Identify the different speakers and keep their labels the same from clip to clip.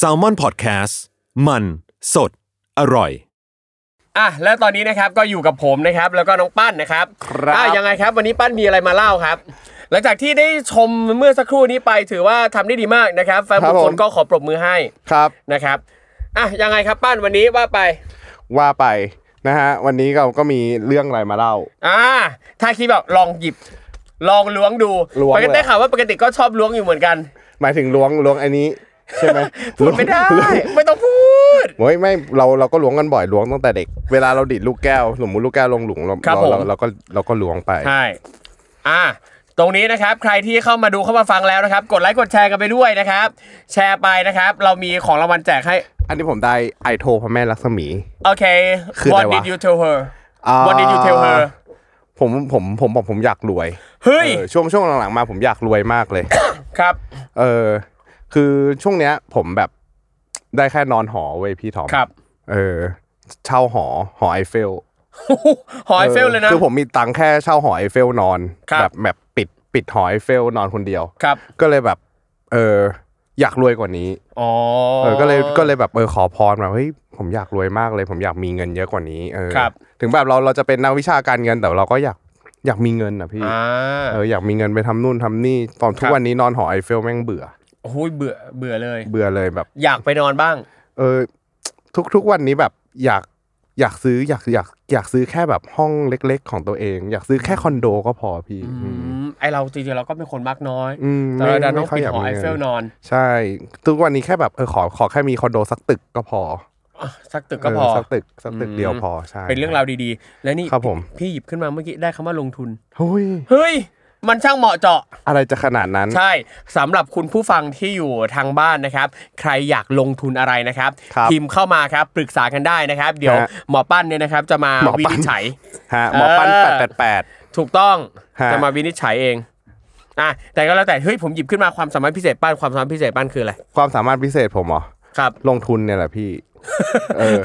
Speaker 1: s a l m o n PODCAST มันสดอร่อย
Speaker 2: อ่ะแล้วตอนนี้นะครับก็อยู่กับผมนะครับแล้วก็น้องปั้นนะครับ
Speaker 3: ครับ
Speaker 2: อ่ะยังไงครับวันนี้ปั้นมีอะไรมาเล่าครับ หลังจากที่ได้ชมเมื่อสักครู่นี้ไปถือว่าทำได้ดีมากนะครับแฟ
Speaker 3: ครับ
Speaker 2: นุ
Speaker 3: บ
Speaker 2: คคล
Speaker 3: ผม
Speaker 2: ก็ขอปรบมือให้
Speaker 3: ครับ
Speaker 2: นะครับอ่ะยังไงครับปั้นวันนี้ว่าไป
Speaker 3: ว่าไปนะฮะวันนี้เราก็มีเรื่องอะไรมาเล่า
Speaker 2: อ่าถ้าคิดแบบลองหยิบ ลองล้วงดู
Speaker 3: ล้วง
Speaker 2: ปก
Speaker 3: เลย
Speaker 2: ติได้ข่าวว่าปกติก็ชอบล้วงอยู่เหมือนกัน
Speaker 3: หมายถึงล้วงล้วงอันนี้ ใช่ไหม
Speaker 2: พูดไม่ได้
Speaker 3: ล้วง
Speaker 2: ไม่ต้องพูด
Speaker 3: โอ้ยไม่เราเราก็ล้วงกันบ่อยล้วงตั้งแต่เด็ก เวลาเราดิดลูกแก้วสมมติลูกแก้วลงหลุมเรา
Speaker 2: ครับ
Speaker 3: เรา
Speaker 2: ผม
Speaker 3: เราก็เราก็ล้วงไป
Speaker 2: ใช่อ่า ตรงนี้นะครับ ใครที่เข้ามาดูเข้ามาฟังแล้วนะครับ กดไลค์กดแชร์กันไปด้วยนะครับ แชร์ไปนะครับ เรามีของรางวัลแจกให้
Speaker 3: อันนี้ผมได้ไอโทรพระแม่ลักษมี
Speaker 2: โอเค
Speaker 3: คืออะไร
Speaker 2: What
Speaker 3: วะ
Speaker 2: did you tell her
Speaker 3: อ่า
Speaker 2: What did you tell her
Speaker 3: ผมผมผมบอกผมอยากรวย
Speaker 2: เฮ้ย
Speaker 3: เออช่วงช่วงหลังๆมาผมอยากรวยมากเลย
Speaker 2: ครับ
Speaker 3: เออคือช่วงเนี้ยผมแบบได้แค่นอนหอเว้ยพี่ทอม
Speaker 2: ครับ
Speaker 3: เออเช่าหอหอไอเฟล
Speaker 2: หอยเฟลเลยนะ
Speaker 3: คือผมมีตังค์แค่เช่าหอไอเฟลนอน
Speaker 2: ครับ
Speaker 3: แบบแบบปิดปิดหอไอเฟลนอนคนเดียว
Speaker 2: ครับ
Speaker 3: ก็เลยแบบเอออยากรวยกว่านี้
Speaker 2: อ๋อ
Speaker 3: เออก็เลยก็เลยแบบเออขอพรมาเฮ้ยผมอยากรวยมากเลย ผมอยากมีเงินเยอะกว่านี้เออ
Speaker 2: ครับ
Speaker 3: ถึงแบบเราเราจะเป็นนักวิชาการเงินแต่เราก็อยากอยากมีเงินอ่ะพี่
Speaker 2: อ่า
Speaker 3: เอออยากมีเงินไปทำนู่นทำนี่ตอนทุ
Speaker 2: ค
Speaker 3: ก
Speaker 2: รับ
Speaker 3: วันนี้นอนหอไอเฟลแม่งเบื่อ
Speaker 2: โอ้ยเบื่อ เบื่อเลย
Speaker 3: เบื่อเลยแบบ
Speaker 2: อยากไปนอนบ้าง
Speaker 3: เออทุกทุกวันนี้แบบอยากอยากซื้ออยากอยากอยากซื้อแค่แบบห้องเล็ก ๆ ของตัวเอง อยากซื้อแค่คอนโดก็พอพี่
Speaker 2: อื
Speaker 3: อืม
Speaker 2: ม ไอเราจริงๆเราก็เป็นคนมักน้อย
Speaker 3: อืม
Speaker 2: แต่เราดันต้อง
Speaker 3: ค่
Speaker 2: ปิดหอ
Speaker 3: มี
Speaker 2: ไอ
Speaker 3: งิ
Speaker 2: เฟลนอน
Speaker 3: ใช่ ทุกวันนี้แค่แบบเออขอขอแค่มีคอนโดสักตึกก็พอ
Speaker 2: อ่ะสักตึกก็พอ
Speaker 3: เสักตึกสักตึก
Speaker 2: อืม
Speaker 3: เดียวพอใช่
Speaker 2: เป็นเรื่องราวดีๆ และนี่
Speaker 3: ครับผม
Speaker 2: พี่หยิบขึ้นมาเมื่อกี้ได้คำว่าลงทุน
Speaker 3: เฮ้ย
Speaker 2: เฮ้ย มันช่างเหมาะเจาะ
Speaker 3: อะไรจะขนาดนั้น
Speaker 2: ใช่สำหรับคุณผู้ฟังที่อยู่ทางบ้านนะครับ ใครอยากลงทุนอะไรนะครับ
Speaker 3: ครับ
Speaker 2: พิมพ์เข้ามาครับปรึกษากันได้นะครับ เดี๋ยว
Speaker 3: ฮะ
Speaker 2: หมอปั้นเนี่ยนะครับ จะมา
Speaker 3: หมอ
Speaker 2: วิ
Speaker 3: ปั้น
Speaker 2: นิจฉัย
Speaker 3: ฮะหมอปั้น
Speaker 2: เออ
Speaker 3: แปดแปดแปด
Speaker 2: ถูกต้อง
Speaker 3: ฮะ
Speaker 2: จะมาวินิจฉัยเองอ่ะแต่ก็แล้วแต่เฮ้ยผมหยิบขึ้นมาความสามารถพิเศษปั้นความสามารถพิเศษปั้นคืออะไร
Speaker 3: ความสามารถพิเศษผมเหรอ
Speaker 2: ครับ
Speaker 3: ลงทุนเนี่ยแหละพี่ เออ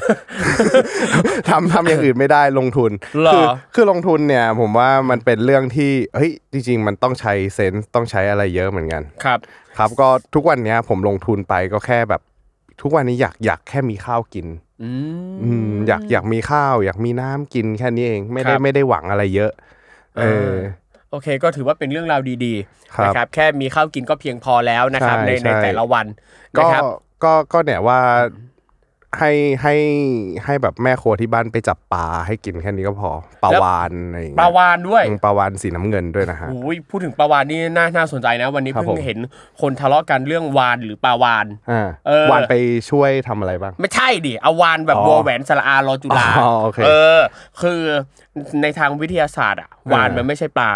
Speaker 3: ทำทำอย่างอื่นไม่ได้ลงทุน
Speaker 2: เหรอ
Speaker 3: คืคือลงทุนเนี่ย ผมว่ามันเป็นเรื่องที่เฮ้ยจริง ๆ มันต้องใช้เซนส์ต้องใช้อะไรเยอะเหมือนกัน
Speaker 2: ครับ
Speaker 3: ครับก็ทุกวันเนี้ยผมลงทุนไปก็แค่แบบ ทุกวันนี้อยากอยากแค่มีข้าวกิน
Speaker 2: อืม
Speaker 3: อืมอยากอยากมีข้าวอยากมีน้ำกินแค่นี้เองไม่ได้
Speaker 2: ครับ
Speaker 3: ไม่ได้หวังอะไรเยอะเออ
Speaker 2: า โอเคก็ถือว่าเป็นเรื่องราวดี
Speaker 3: ค
Speaker 2: ๆ
Speaker 3: รับ
Speaker 2: นะครับแค่มีข้าวกินก็เพียงพอแล้วนะครับ
Speaker 3: ใช่
Speaker 2: ในใน
Speaker 3: ใช่
Speaker 2: แต่ละวันนะ
Speaker 3: ก็
Speaker 2: ครับ
Speaker 3: ก็ก็เนี่ยว่าให้ให้ให้แบบแม่ครัวที่บ้านไปจับปลาให้กินแค่นี้ก็พอปลาวานอะไรอย่าง
Speaker 2: ป
Speaker 3: เงี้
Speaker 2: ลา
Speaker 3: ปลาว
Speaker 2: ยานด้วย
Speaker 3: าวานสีน้ำเงินด้วยนะฮะ
Speaker 2: โอ้ยพูดถึงปลาวานนี่น่าน่าสนใจนะ วันนี้
Speaker 3: ครับ
Speaker 2: เพิ่ง
Speaker 3: ผม
Speaker 2: เห็นคนทะเลาะกันเรื่องวานหรือปลาวาน
Speaker 3: อ่า
Speaker 2: เออ
Speaker 3: วานไปช่วยทำอะไรบ้าง
Speaker 2: ไม่ใช่ดิเอาวานแบบ
Speaker 3: อ๋อ
Speaker 2: วอแหวนสระอารอจุฬา
Speaker 3: อ๋อโอเค
Speaker 2: เออ คือในทางวิทยาศาสตร์อะวาน
Speaker 3: เออ
Speaker 2: มันไม่ใช่ปลา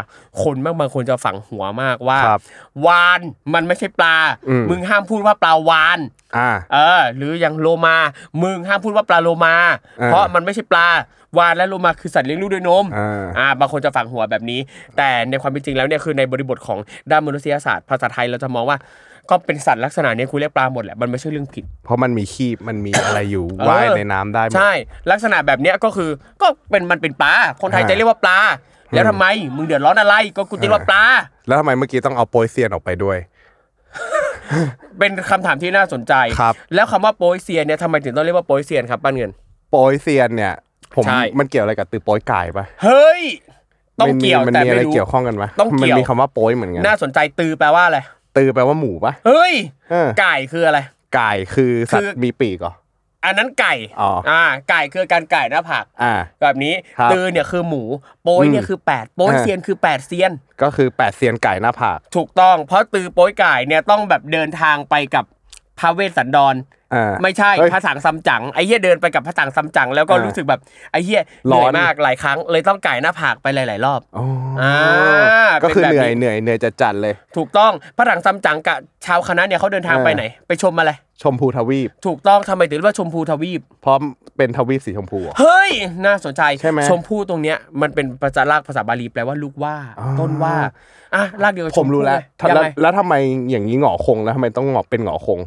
Speaker 2: คนบางบางคนจะฝังหัวมากว่า
Speaker 3: ครับ
Speaker 2: วานมันไม่ใช่ปลา
Speaker 3: อืม
Speaker 2: มึงห้ามพูดว่าปลาวาน
Speaker 3: อ่า
Speaker 2: เออ หรืออย่างโลมา มึงห้ามพูดว่าปลาโลมา
Speaker 3: เออ
Speaker 2: เพราะมันไม่ใช่ปลาวานและโลมาคือสัตว์เลี้ยงลูกด้วยนม
Speaker 3: เอออ่
Speaker 2: บางคนจะฝังหัวแบบนี้ แต่ในความเป็นจริงแล้วเนี่ยคือในบริบทของด้านมนุษยศาสตร์ภาษาไทยเราจะมองว่า ก็เป็นสัตว์ลักษณะเนี้ยคุณเรียกปลาหมดแหละมันไม่ใช่เรื่องผิด
Speaker 3: เพราะมันมีคีบมันมีอะไรอยู่
Speaker 2: เออ
Speaker 3: ว่ายในน้ำได้หมด
Speaker 2: ใช่ ลักษณะแบบเนี้ยก็คือก็เป็นมันเป็นปลาคนไทย
Speaker 3: อ่า
Speaker 2: จะเรียกว่าปลา แล้วทำไมมึงเดือดร้อนอะไรก็กูจะเรียกว่าปลา
Speaker 3: แล้วทำไมเมื่อกี้ต้องเอาโปยเซียนออกไปด้วย
Speaker 2: เป็นคำถามที่น่าสนใจ
Speaker 3: ครับ
Speaker 2: แล้วคำว่าโปยเซียนเนี่ยทำไมถึงต้องเรียกว่าโปยเซียนครับป้านเงิน
Speaker 3: โปยเซียนเนี่ย ผม
Speaker 2: ใช่
Speaker 3: มันเกี่ยวอะไรกับตือโปยไก่ปะ
Speaker 2: เฮ้ย ต้องเกี่ยว
Speaker 3: มัน
Speaker 2: แต่
Speaker 3: มีอะ
Speaker 2: ไม่
Speaker 3: ไร
Speaker 2: รู้
Speaker 3: เกี่ยวข้องกันไหม
Speaker 2: ต้อง
Speaker 3: มั
Speaker 2: เกี่ยว
Speaker 3: มีคำว่าโปยเหมือนกัน
Speaker 2: น่าสนใจตือแปลว่าอะไร
Speaker 3: ตือแปลว่าหมูปะ
Speaker 2: เฮ้ย
Speaker 3: เออ
Speaker 2: ไก่คืออะไร
Speaker 3: ไก่คือสัต
Speaker 2: คือ
Speaker 3: ว์มีปีกเหรอ
Speaker 2: อันนั้นไก่
Speaker 3: อ๋ออ่
Speaker 2: ่า ไก่คือการไก่หน้าผัก
Speaker 3: อ่า
Speaker 2: แบบนี้
Speaker 3: ครับ
Speaker 2: ตือเนี่ยคือหมู โป้ยเนี่ย
Speaker 3: อืม
Speaker 2: คือ 8 โป้ย
Speaker 3: อ่า
Speaker 2: เซียนคือ 8 เซียน
Speaker 3: ก็คือแปดเซียนไก่หน้าผาก
Speaker 2: ถูกต้อง เพราะตือโป้ยไก่เนี่ยต้องแบบเดินทางไปกับพระเวสสันดร
Speaker 3: อ่า
Speaker 2: ไม่ใช่
Speaker 3: เฮ้ย
Speaker 2: พระสังซัมจั๋งไอ้เหี้ยเดินไปกับพระสังซัมจั๋งแล้วก็
Speaker 3: อ่ารู้
Speaker 2: รู้สึกแบบไอ้เหี้ย
Speaker 3: ร้
Speaker 2: เห
Speaker 3: อ
Speaker 2: นื่
Speaker 3: น
Speaker 2: อยมากหลายครั้งเลยต้องก่ายหน้าผากไปหลาย ๆ รอบ
Speaker 3: อ๋ออา ก็คือ
Speaker 2: เป็น
Speaker 3: เห
Speaker 2: แบบ
Speaker 3: นื่อย
Speaker 2: นี้
Speaker 3: เหนื่อยเหนื่อยจะจัดๆเลย
Speaker 2: ถูกต้องพระสังซัมจั๋งกับชาวคณะเนี่ยเขาเดินทาง
Speaker 3: อ่า
Speaker 2: ไปไหน ไปชมอะไร
Speaker 3: ชมพูทวีป
Speaker 2: ถูกต้องทำไมถึงเรียกว่าชมพูทวีป
Speaker 3: พร้อมเป็นทวีปสีชมพูอ่ะ
Speaker 2: เฮ้ย น่าสนใจ
Speaker 3: ใช่ไหม
Speaker 2: ชมพู่ตรงเนี้ยมันเป็นภาษาลากภาษาบาลีแปลว่าลูกว่า
Speaker 3: อ๋อ
Speaker 2: ต้นว่าอ่ะลากเดียวกับช
Speaker 3: ผมรู้แล้ว
Speaker 2: พู่เยยั
Speaker 3: แล้ว
Speaker 2: งไง
Speaker 3: แล้วทำไมอย่างนี้หงอคงแล้วทำไมต้องหงอเป็นหงอคง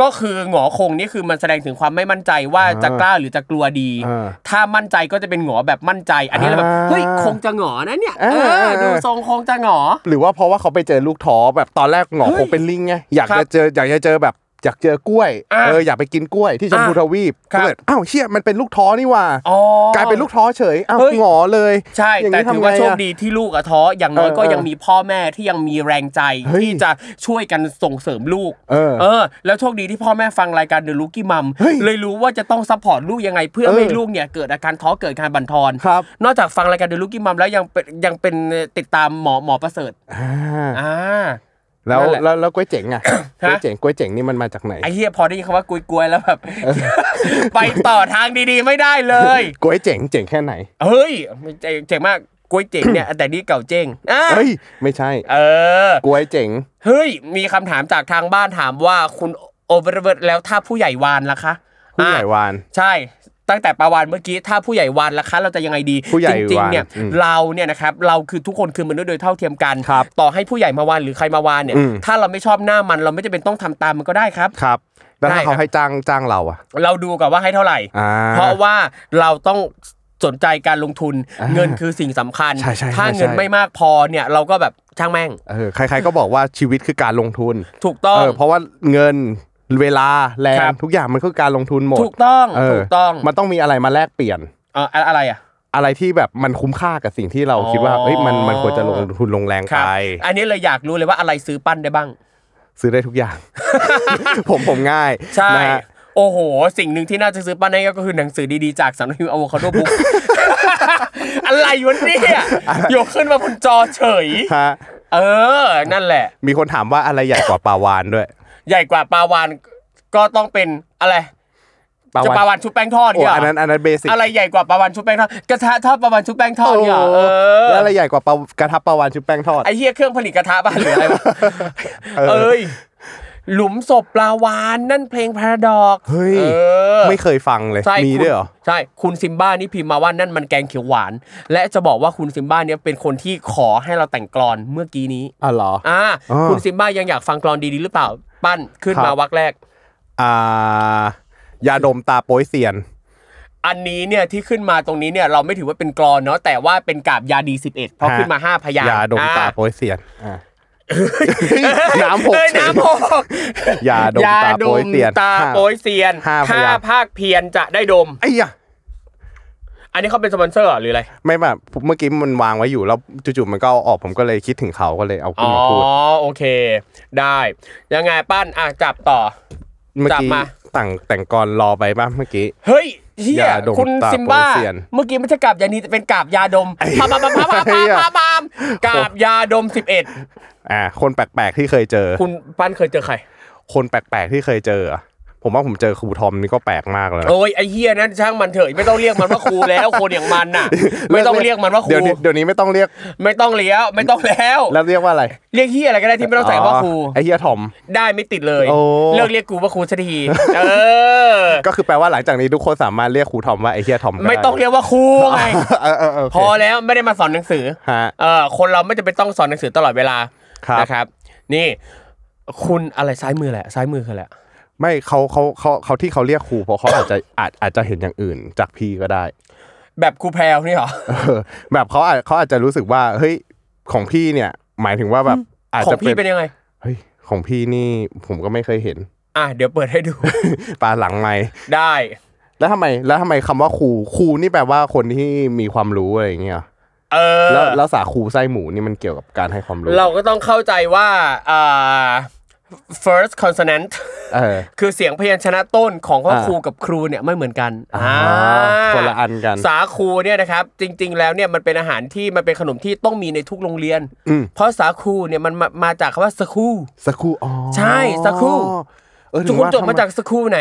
Speaker 2: ก็คือหงอคงนี่คือมันแสดงถึงความไม่มั่นใจว่า
Speaker 3: อ่า
Speaker 2: จะกล้าหรือจะกลัวดี
Speaker 3: อ่า
Speaker 2: ถ้ามั่นใจก็จะเป็นหงอแบบมั่นใจ อันนี้เราแบบ
Speaker 3: อ่า
Speaker 2: เฮ้ยคงจะหงอนะเนี่ย
Speaker 3: อ่า
Speaker 2: เออดู
Speaker 3: อ่า
Speaker 2: ทรงคงจะหงอ
Speaker 3: หรือว่าเพราะว่าเขาไปเจอลูกท้อแบบตอนแรกหงอ
Speaker 2: เฮ้
Speaker 3: ค
Speaker 2: ย
Speaker 3: งเป็นลิงไงอยาก
Speaker 2: ครั
Speaker 3: จะ
Speaker 2: บ
Speaker 3: เจออยากจะเจอแบบอยากเจอกล้วย
Speaker 2: อ่ะ
Speaker 3: เอออยากไปกินกล้วยที่ชมพู
Speaker 2: อ่ะ
Speaker 3: ทวีป
Speaker 2: ครับ
Speaker 3: ก็เลยอ้าวเชี่ยมันเป็นลูกท้อนี่หว่า
Speaker 2: อ๋อ
Speaker 3: กลายเป็นลูกท้อเฉยอ้าว
Speaker 2: เฮ้ย
Speaker 3: หงอเลย
Speaker 2: ใช่
Speaker 3: อย่างนี้
Speaker 2: แต่ถือว่า
Speaker 3: ทำไงอะ
Speaker 2: โชคดีที่ลูกอะท้ออย่างน้อย
Speaker 3: เออ
Speaker 2: ก็
Speaker 3: เออ
Speaker 2: ยังมีพ่อแม่ที่ยังมีแรงใจ
Speaker 3: เฮ้ย
Speaker 2: ที่จะช่วยกันส่งเสริมลูก
Speaker 3: เออ
Speaker 2: เออ แล้วโชคดีที่พ่อแม่ฟังรายการเดอะลูกี้มัม
Speaker 3: เฮ้ย
Speaker 2: เลยรู้ว่าจะต้องซัพพอร์ตลูกยังไง เพื่อ
Speaker 3: เออ
Speaker 2: ไม่ให้ลูกเนี่ยเกิดอาการท้อเกิดการบั่นทอน
Speaker 3: ครับ
Speaker 2: นอกจากฟังรายการเดอะลูกี้มัมแล้วยังเป็นยังเป็นติดตามหมอหมอประเสริฐ
Speaker 3: อ่า
Speaker 2: อ่า
Speaker 3: แล้ว
Speaker 2: นั่นแหละ
Speaker 3: แล้วแล้วกล้วยเจ๋งอ่ะ ก
Speaker 2: ฮะ
Speaker 3: ล้วยเจ๋งกล้วยเจ๋งนี่มันมาจากไหน
Speaker 2: ไอ้เหี้ยพอได้ยินคำว่ากุยกวยๆแล้วแบบ ไปต่อทางดีๆ ไม่ได้เลย
Speaker 3: กล้วยเจ๋งเจ๋งแค่ไหน
Speaker 2: เฮ้ยเจ๋งมากกวยเจ๋งเนี่ยแต่นี่เก่าเจ๋งอ่ะ
Speaker 3: เฮ้ยไม่ใช่
Speaker 2: เออ
Speaker 3: กล้วยเจ๋ง
Speaker 2: เฮ้ย มีคำถามจากทางบ้านถามว่าคุณโอเวอร์เวิร์ดแล้วถ้าผู้ใหญ่วานล่ะคะ
Speaker 3: ผู้ใหญ่
Speaker 2: อ่ะ
Speaker 3: วาน
Speaker 2: ใช่ ตั้งแต่ประวานเมื่อกี้ถ้าผู้ใหญ่วานล่ะคะ เราจะยังไงดี
Speaker 3: ผู้ใหญ่
Speaker 2: จริงๆเนี่ย
Speaker 3: อืม
Speaker 2: เราเนี่ยนะครับเราคือทุกคนคือมนุษย์โดยเท่าเทียมกัน
Speaker 3: ครับ
Speaker 2: ต่อให้ผู้ใหญ่มาวานหรือใครมาวานเนี่ย
Speaker 3: อืม
Speaker 2: ถ้าเราไม่ชอบหน้ามันเราไม่จำเป็นต้องทำตามมันก็ได้ครับ
Speaker 3: ครับ แล้วถ้า
Speaker 2: ได้ครับ
Speaker 3: เขาให้จ้างจ้างเราอ่ะ
Speaker 2: เราดูก่อนว่าให้เท่าไหร่
Speaker 3: อ่า
Speaker 2: เพราะว่าเราต้องสนใจการลงทุน
Speaker 3: อ่า
Speaker 2: เงินคือสิ่งสำคัญ
Speaker 3: ใช่ใช่
Speaker 2: ถ้า
Speaker 3: ใช่
Speaker 2: เงิน
Speaker 3: ใช่
Speaker 2: ไม่มากพอเนี่ยเราก็แบบช่างแม่ง
Speaker 3: เออใครๆก็บอกว่าชีวิตคือการลงทุน
Speaker 2: ถูกต้อง
Speaker 3: เออเพราะว่าเงินเวลาแร
Speaker 2: ครั
Speaker 3: ง
Speaker 2: บ
Speaker 3: ทุกอย่างมันคือการลงทุนหมด
Speaker 2: ถูกต้อง
Speaker 3: เ
Speaker 2: ถูกต้อง
Speaker 3: มันต้องมีอะไรมาแลกเปลี่ยน
Speaker 2: เอ่ออะไรอ่ะ
Speaker 3: อะไรที่แบบมันคุ้มค่ากับสิ่งที่เรา
Speaker 2: อ๋อ
Speaker 3: คิดว่าเอ้ยมันมันควรจะลงทุนลงแรง
Speaker 2: ครับ
Speaker 3: ไป
Speaker 2: อันนี้เลยอยากรู้เลยว่าอะไรซื้อปั้นได้บ้าง
Speaker 3: ซื้อได้ทุกอย่าง ผมผมง่าย
Speaker 2: ใช่
Speaker 3: นะฮะ
Speaker 2: โอ้โห สิ่งหนึ่งที่น่าจะซื้อปั้นได้ก็คือหนังสือดีๆ จากสำนักพิมพ์อะโวคาโดบุ๊ก อะไรวะเนี่ยยกขึ้นมาบนจอเฉ ย
Speaker 3: ฮะ
Speaker 2: เออ นั่นแหละ
Speaker 3: มีคนถามว่าอะไรใหญ่กว่าปลาวานด้วย
Speaker 2: ใหญ่กว่าปลาวานก็ต้องเป็นอะไร จะปลาวานชุบแป้งทอด
Speaker 3: โอ้
Speaker 2: เนี่ยเหร
Speaker 3: อันนั้นอันนั้นเบสิก
Speaker 2: อะไรใหญ่กว่าปลาวานชุบแป้งทอดกระทะทอดปลาวานชุบแป้งทอดเนี่ยเหรอเออ
Speaker 3: แล้วอะไรใหญ่กว่าปลากระทะปลาวานชุบแป้งทอด
Speaker 2: ไอ้เหี้ยเครื่องผลิตกระทะบ้านหรืออะไรวะ
Speaker 3: เออ
Speaker 2: เอ้ยหลุมศพปลาวานนั่นเพลงพาราดอก
Speaker 3: เฮ้ย
Speaker 2: เออ
Speaker 3: ไม่เคยฟังเลย
Speaker 2: ใช่
Speaker 3: มี
Speaker 2: คุณ
Speaker 3: ด้วยเหรอ
Speaker 2: ใช่คุณซิมบ้านี่พิมพ์มาว่านั่นมันแกงเขียวหวาน และจะบอกว่าคุณซิมบ้าเนี่ยเป็นคนที่ขอให้เราแต่งกลอนเมื่อกี้นี้
Speaker 3: อ๋อเหรอ
Speaker 2: อ่า
Speaker 3: อ่า
Speaker 2: คุณซิมบ้ายังอยากฟังกลอนดีๆหรือเปล่า ปั้นขึ้นมา
Speaker 3: ครับ
Speaker 2: วักแรก
Speaker 3: อ่ายาดมตาโป้ยเซียน
Speaker 2: อันนี้เนี่ยที่ขึ้นมาตรงนี้เนี่ยเราไม่ถือว่าเป็นกลอนเนาะแต่ว่าเป็นกาบยาดี11เพราะ
Speaker 3: ฮะ
Speaker 2: ขึ้นมาห้าพยางค์
Speaker 3: ยาดมตา
Speaker 2: อ่
Speaker 3: โป้ยเซียนอ่ะน้ำหก
Speaker 2: เอ้ย
Speaker 3: เฉย
Speaker 2: น้ำหก
Speaker 3: ยาดมตาโป้ยเตีย
Speaker 2: า
Speaker 3: น
Speaker 2: ดมตาโป้ยเซียน
Speaker 3: ห้าพยางค์
Speaker 2: ถ้าภาคเพียนจะได้ดม
Speaker 3: ไอ้ยะ
Speaker 2: อันนี้เขาเป็นสปอนเซอร์เหรอหรืออะไร
Speaker 3: ไม่แบบเมื่อกี้มันวางไว้อยู่แล้วจู่ๆมันก็เอาออกผมก็เลยคิดถึงเขาก็เลยเอาขึ้
Speaker 2: อ๋
Speaker 3: น
Speaker 2: อ
Speaker 3: มาพูด
Speaker 2: โอเค ได้ ยังไงปั้นอ่ะจับต่อ
Speaker 3: เมื่อ
Speaker 2: จับ
Speaker 3: กี้
Speaker 2: มา
Speaker 3: ต่างแต่งกรรอไปป่ะเมื่อกี้
Speaker 2: เฮ้ยเฮีย
Speaker 3: ยาดม
Speaker 2: คุณ
Speaker 3: ตา
Speaker 2: ซิมบ้า
Speaker 3: โปรเซียน
Speaker 2: เมื่อกี้ไม่ใช่กาบยานีแต่เป็นกาบยาดมพามพามพามพามพาม
Speaker 3: เหี้ย
Speaker 2: พามพามกาบยาดม 11
Speaker 3: อ่าคนแปลกๆที่เคยเจอ
Speaker 2: คุณปั้นเคยเจอใคร
Speaker 3: คนแปลกๆที่เคยเจออะผมว่าผมเจอครูทอมนี่ก็แปลกมากเลยนะ
Speaker 2: โอ้ยไอ้เฮียนั่นช่างมันเถอะไม่ต้องเรียกมันว่าครูแล้วคนอย่างมันน่ะ ไม่ต้องเรียกมันว่าครู
Speaker 3: เดี๋ยวนี้เดี๋ยวนี้ไม่ต้องเรียก
Speaker 2: ไม่ต้องเลี้ยวไม่ต้องแล้ว
Speaker 3: แล้วเรียกว่าอะไร
Speaker 2: เรียกเฮียอะไรก็ได้ที่ไม่ต้องใส่ว่าครู
Speaker 3: อ๋อไอ้เฮียทอม
Speaker 2: ได้ไม่ติดเลย
Speaker 3: โอ้
Speaker 2: เลิกเรียกกูว่าครูสัก ทีเออ
Speaker 3: ก็คือแปลว่าหลังจากนี้ทุกคนสามารถเรียกครูทอมว่าไอ้เฮียทอมด้
Speaker 2: ไม่ต้องเรียกว่าครูไง
Speaker 3: เออเออเออโเค
Speaker 2: พอแล้วไม่ได้มาสอนหนังสือ
Speaker 3: ฮะ
Speaker 2: เออคนเราไม่จำเป็นต้องสอนหนังสือตลอดเวลา
Speaker 3: ครับ
Speaker 2: นะครับ นี่ คุณอะไรซ้ายมือแหละ ซ้ายมือคือแหละไร
Speaker 3: ไม่เขาเขาเขาเขาที่เขาเรียกครูเพราะ เขาอาจจะ อาจอาจจะเห็นอย่างอื่นจากพี่ก็ได้
Speaker 2: แบบครูแพรวนี่เหรอ
Speaker 3: เออแบบเขาอาจเขาอาจจะรู้สึกว่าเฮ้ยของพี่เนี่ย หมายถึงว่าแบบอาจ
Speaker 2: ของ
Speaker 3: จะ
Speaker 2: พี่เป็นยังไง
Speaker 3: เฮ้ยของพี่นี่ผมก็ไม่เคยเห็น
Speaker 2: อ่ะเดี๋ยวเปิดให้ดู
Speaker 3: ปลาหลังไม่
Speaker 2: ได้
Speaker 3: แล้วทำไมแล้วทำไมคำว่าครูครูนี่แปลว่าคนที่มีความรู้อะไรอย่างเงี้ยเหรอ
Speaker 2: เออ
Speaker 3: แล้วแล้วสาคูไส้หมูนี่มันเกี่ยวกับการให้ความรู้
Speaker 2: เราก็ต้องเข้าใจว่าอ่า first consonant
Speaker 3: เออ
Speaker 2: คือเสียงพยัญชนะต้นของว่า
Speaker 3: อ่า
Speaker 2: ครูกับครูเนี่ยไม่เหมือนกัน
Speaker 3: อ่า
Speaker 2: อ่า
Speaker 3: คนละอันกัน
Speaker 2: สาคูเนี่ยนะครับจริงๆ แล้วเนี่ยมันเป็นอาหารที่มันเป็นขนมที่ต้องมีในทุกโรงเรียน
Speaker 3: อืม
Speaker 2: เพราะสาคูเนี่ยมันมามาจากคำว่าสคู
Speaker 3: สาคูอ๋อ
Speaker 2: ใช่สาคู
Speaker 3: เออถึ
Speaker 2: ทุก
Speaker 3: ง
Speaker 2: คน
Speaker 3: ว่า
Speaker 2: จบ
Speaker 3: ทำไ
Speaker 2: มาจากสคูไหน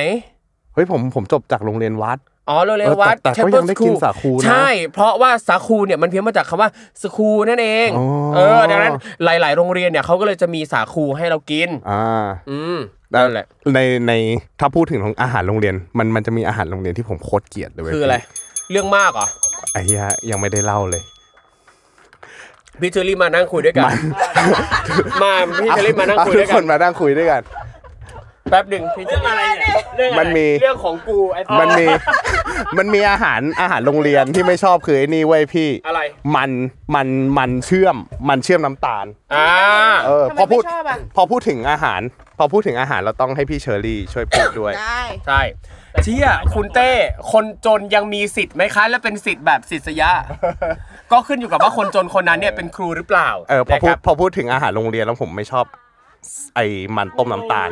Speaker 3: เฮ้ยผมผมจบจากโรงเรียนวัด
Speaker 2: อ๋อโรงเรียนวัด
Speaker 3: เออแต่แต่ก็
Speaker 2: Chapel
Speaker 3: ยังได้กิน
Speaker 2: School
Speaker 3: สาคูนะ
Speaker 2: ใช่ เพราะว่าสาคูเนี่ยมันเพี้ยนมาจากคำว่าสคูนั่นเอง
Speaker 3: อ๋อ
Speaker 2: เออดังนั้นหลาย ๆ โรงเรียนเนี่ยเขาก็เลยจะมีสาคูให้เรากิน
Speaker 3: อ่า
Speaker 2: อืม
Speaker 3: แล้ว
Speaker 2: นั่นแหละ
Speaker 3: ในในถ้าพูดถึงของอาหารโรงเรียน มันมันจะมีอาหารโรงเรียนที่ผมโคตรเกลียดเลยเว้ย
Speaker 2: คืออะไร เรื่องมากเหรอ
Speaker 3: ไอ้เหี้ยยังไม่ได้เล่าเลย
Speaker 2: พี่เชอรี่มานั่งคุยด้วยกัน มาพี่เชอรี่มานั่งคุยด้วย
Speaker 3: เอาทุ
Speaker 2: กั
Speaker 3: คน นมานั่งคุยด้วยกัน
Speaker 2: แป๊บหนึ่งพี่เชอรี่อะไรเนี่ย
Speaker 3: มันมี
Speaker 2: เรื่องของกูไอ้
Speaker 3: มันมี มันมีอาหารอาหารโรงเรียนที่ไม่ชอบคือไอ้นี่เว้ยพี่
Speaker 2: อะไร
Speaker 3: มันมันมันเชื่อมมันเชื่อมน้ำตาล
Speaker 2: อ่า
Speaker 3: เออ
Speaker 4: ทำไม
Speaker 3: พอพูด
Speaker 4: ไม่ชอบอะ
Speaker 3: พอพูดถึงอาหาร พอพูดถึงอาหารเราต้องให้พี่เชอรี่ช่วยพูดด้วย
Speaker 4: ได้
Speaker 2: ใช่เชี่ยคุณเต้คนจนยังมีสิทธิ์ไหมคะและเป็นสิทธิ์แบบสิทธยะ ก็ขึ้นอยู่กับว่าคนจนคนนั้นเนี่ยเป็นครูหรือเปล่า
Speaker 3: เออพอพูด
Speaker 2: นะครับ
Speaker 3: พอพูดถึงอาหารโรงเรียนแล้วผมไม่ชอบ ไอ้มันต้มน้ำตาล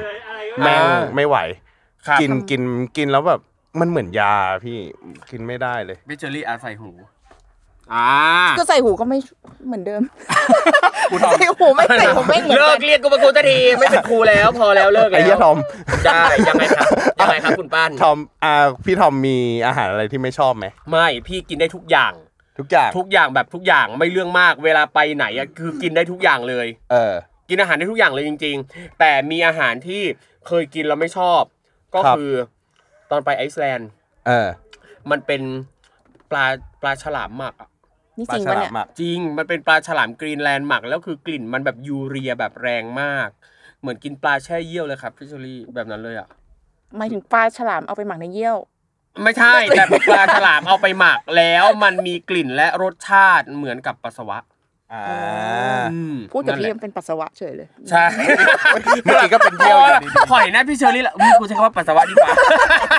Speaker 3: แม่ง
Speaker 2: อ่า
Speaker 3: ไม่ไหว
Speaker 2: ครับ
Speaker 3: กินกินกินแล้วแบบมันเหมือนยาพี่กินไม่ได้เลย
Speaker 2: บิเชอรี่อาใส่หู อ่า
Speaker 4: ก็ใส่หูก็ไม่เหมือนเดิม ใส่หูไม่ใส่หูไม่เหมือน
Speaker 2: เลิก
Speaker 4: เดิม
Speaker 2: เรียกกูเป็นครูสักทีไม่เป็นครูแล้ว พอแล้วเลิก
Speaker 3: ไอ้
Speaker 2: แล้
Speaker 3: เหี้ยวทอม
Speaker 2: ได้ยังไง ครับยังไงครับคุณป้าน
Speaker 3: ทอมอ่าพี่ทอมมีอาหารอะไรที่ไม่ชอบไหม
Speaker 2: ไม่พี่กินได้ทุกอย่าง
Speaker 3: ทุกอย่าง
Speaker 2: ทุกอย่างแบบทุกอย่างไม่เรื่องมาก เวลาไปไหนอะคือกินได้ทุกอย่างเลย
Speaker 3: เออ
Speaker 2: กินอาหารได้ทุกอย่างเลยจริง ๆ แต่มีอาหารที่เคยกินแล้วไม่ชอบ ก็
Speaker 3: ครับ
Speaker 2: คือตอนไปไอซ์แลนด์
Speaker 3: เออ
Speaker 2: มันเป็นปลาปลาฉลามหมักอะ
Speaker 4: นี่
Speaker 3: ป
Speaker 4: จ
Speaker 3: ลา
Speaker 4: ริง
Speaker 3: ฉ
Speaker 4: ปะ
Speaker 3: ลา
Speaker 4: เนี่
Speaker 3: ม
Speaker 4: ย
Speaker 3: อะ
Speaker 2: จริง มันเป็นปลาฉลามกรีนแลนด์หมัก แล้วคือกลิ่นมันแบบยูเรียแบบแรงมาก เหมือนกินปลาแช่เยี่ยวเลยครับพี่ชลีแบบนั้นเลยอ่ะ
Speaker 4: หมายถึงปลาฉลามเอาไปหมักในเยี่ยว
Speaker 2: ไม่ ใช่ แต่ปลาฉลามเอาไปหมักแล้วมันมีกลิ่นและรสชาติเหมือนกับปัสสาวะ
Speaker 3: อ่า
Speaker 2: อืม
Speaker 4: พูดกับ
Speaker 2: นั่นแห
Speaker 4: พี่
Speaker 2: ละ
Speaker 4: มันเป็นปัสสาวะเฉยเลย
Speaker 2: ใช่
Speaker 3: เมื่อกี้ก็เป็นเที่ยวอยู่ดี
Speaker 2: ถอยนะพี่เชอรี่ละอุ๊ยกูใช้คำว่าปัสสาวะดีกว่า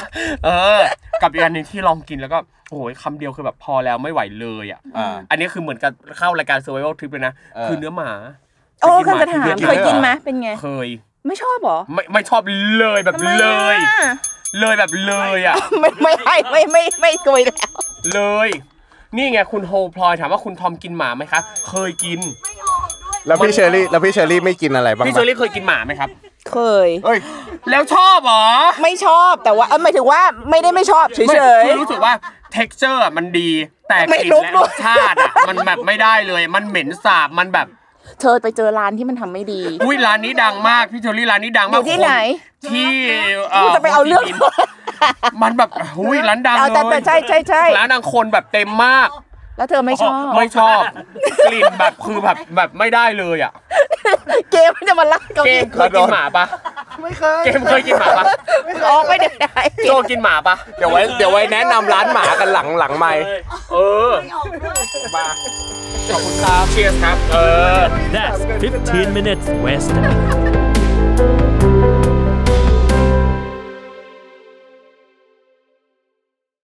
Speaker 2: เออ กับอีกอันหนึ่งที่ลองกินแล้วก็โอ้โหคำเดียวคือแบบพอแล้วไม่ไหวเลยอ่ะ
Speaker 3: อ่า
Speaker 2: อันนี้คือเหมือนกับเข้ารายการ survival trip เลยนะ
Speaker 3: เออ
Speaker 2: คือเนื้อหมา
Speaker 4: โอ้คำจะถาม
Speaker 2: กินห
Speaker 4: เคยกิน
Speaker 2: อ
Speaker 4: ไหมเป็นไง
Speaker 2: เคย
Speaker 4: ไม่ชอบเหรอ
Speaker 2: ไม่ไม่ชอบเลยแบบ
Speaker 4: ทำไม
Speaker 2: เล
Speaker 4: อะ
Speaker 2: ย เลยแบบเลยอ่ะ
Speaker 4: ไม่ไม่ให้ไม่ไม่ไม่ไม่คุยแล้ว
Speaker 2: เลย นี่ไงคุณโฮพลอยถามว่าคุณทอมกินหมาไหมคะ เคยกิน
Speaker 3: แล้วพี่เชอรี่แล้วพี่เชอรี่ไม่กินอะไรบ้าง
Speaker 2: พี่
Speaker 3: ไห
Speaker 2: เชอ
Speaker 3: ม
Speaker 2: รี่เคยกินหมาไหมครับ
Speaker 4: เคย
Speaker 3: เอ้ย
Speaker 2: แล้วชอบเหรอ
Speaker 4: ไม่ชอบแต่ว่าเออหมายถึงว่าไม่ได้ไม่ชอบเฉ
Speaker 2: ไม่
Speaker 4: ย
Speaker 2: คือรู้สึกว่า t e x t อร์มันดี แต่ก
Speaker 4: ไม่
Speaker 2: ลิ่น
Speaker 4: ลุก
Speaker 2: และร
Speaker 4: ด้วย
Speaker 2: สชาติอ่ะ มันแบบไม่ได้เลย มันเหม็นสาบ มันแบบ
Speaker 4: ๆเธอไปเจอร้านที่มันทำไม่ดี
Speaker 2: อุ้ยร้านนี้ดังมากพี่เชอรี่ร้านนี้ดัง
Speaker 4: อ
Speaker 2: มาก
Speaker 4: ยู่ที่ไหน
Speaker 2: ที่
Speaker 4: กูจะไปเอาเรื่อง
Speaker 2: มันแบบอุ้ยร้านดัง
Speaker 4: เอา
Speaker 2: เล
Speaker 4: แต่แต่
Speaker 2: ย
Speaker 4: ใช่ใช่ใช่
Speaker 2: ร้านดังคนแบบเต็มมาก
Speaker 4: แล้วเธอไม่ชอบ
Speaker 2: ไม่ชอบ กลิ่นแบบคือแบบแบบไม่ได้เลยอ่ะ
Speaker 4: เกมมันจะมาลักเกับ
Speaker 2: เกมเคยกินหมาปะ
Speaker 3: ไม่เคย
Speaker 2: เกมเคยกินหมาปะ
Speaker 4: ออกไม่ได้
Speaker 2: โจกินหมาปะ
Speaker 3: เดี๋ยวไว้เดี๋ยวไว้แนะนำร้านหมากันหลังหลังไม่
Speaker 2: เออมาขอบคุณครับเชียร์ครับ เออ
Speaker 5: That's 15 minutes west.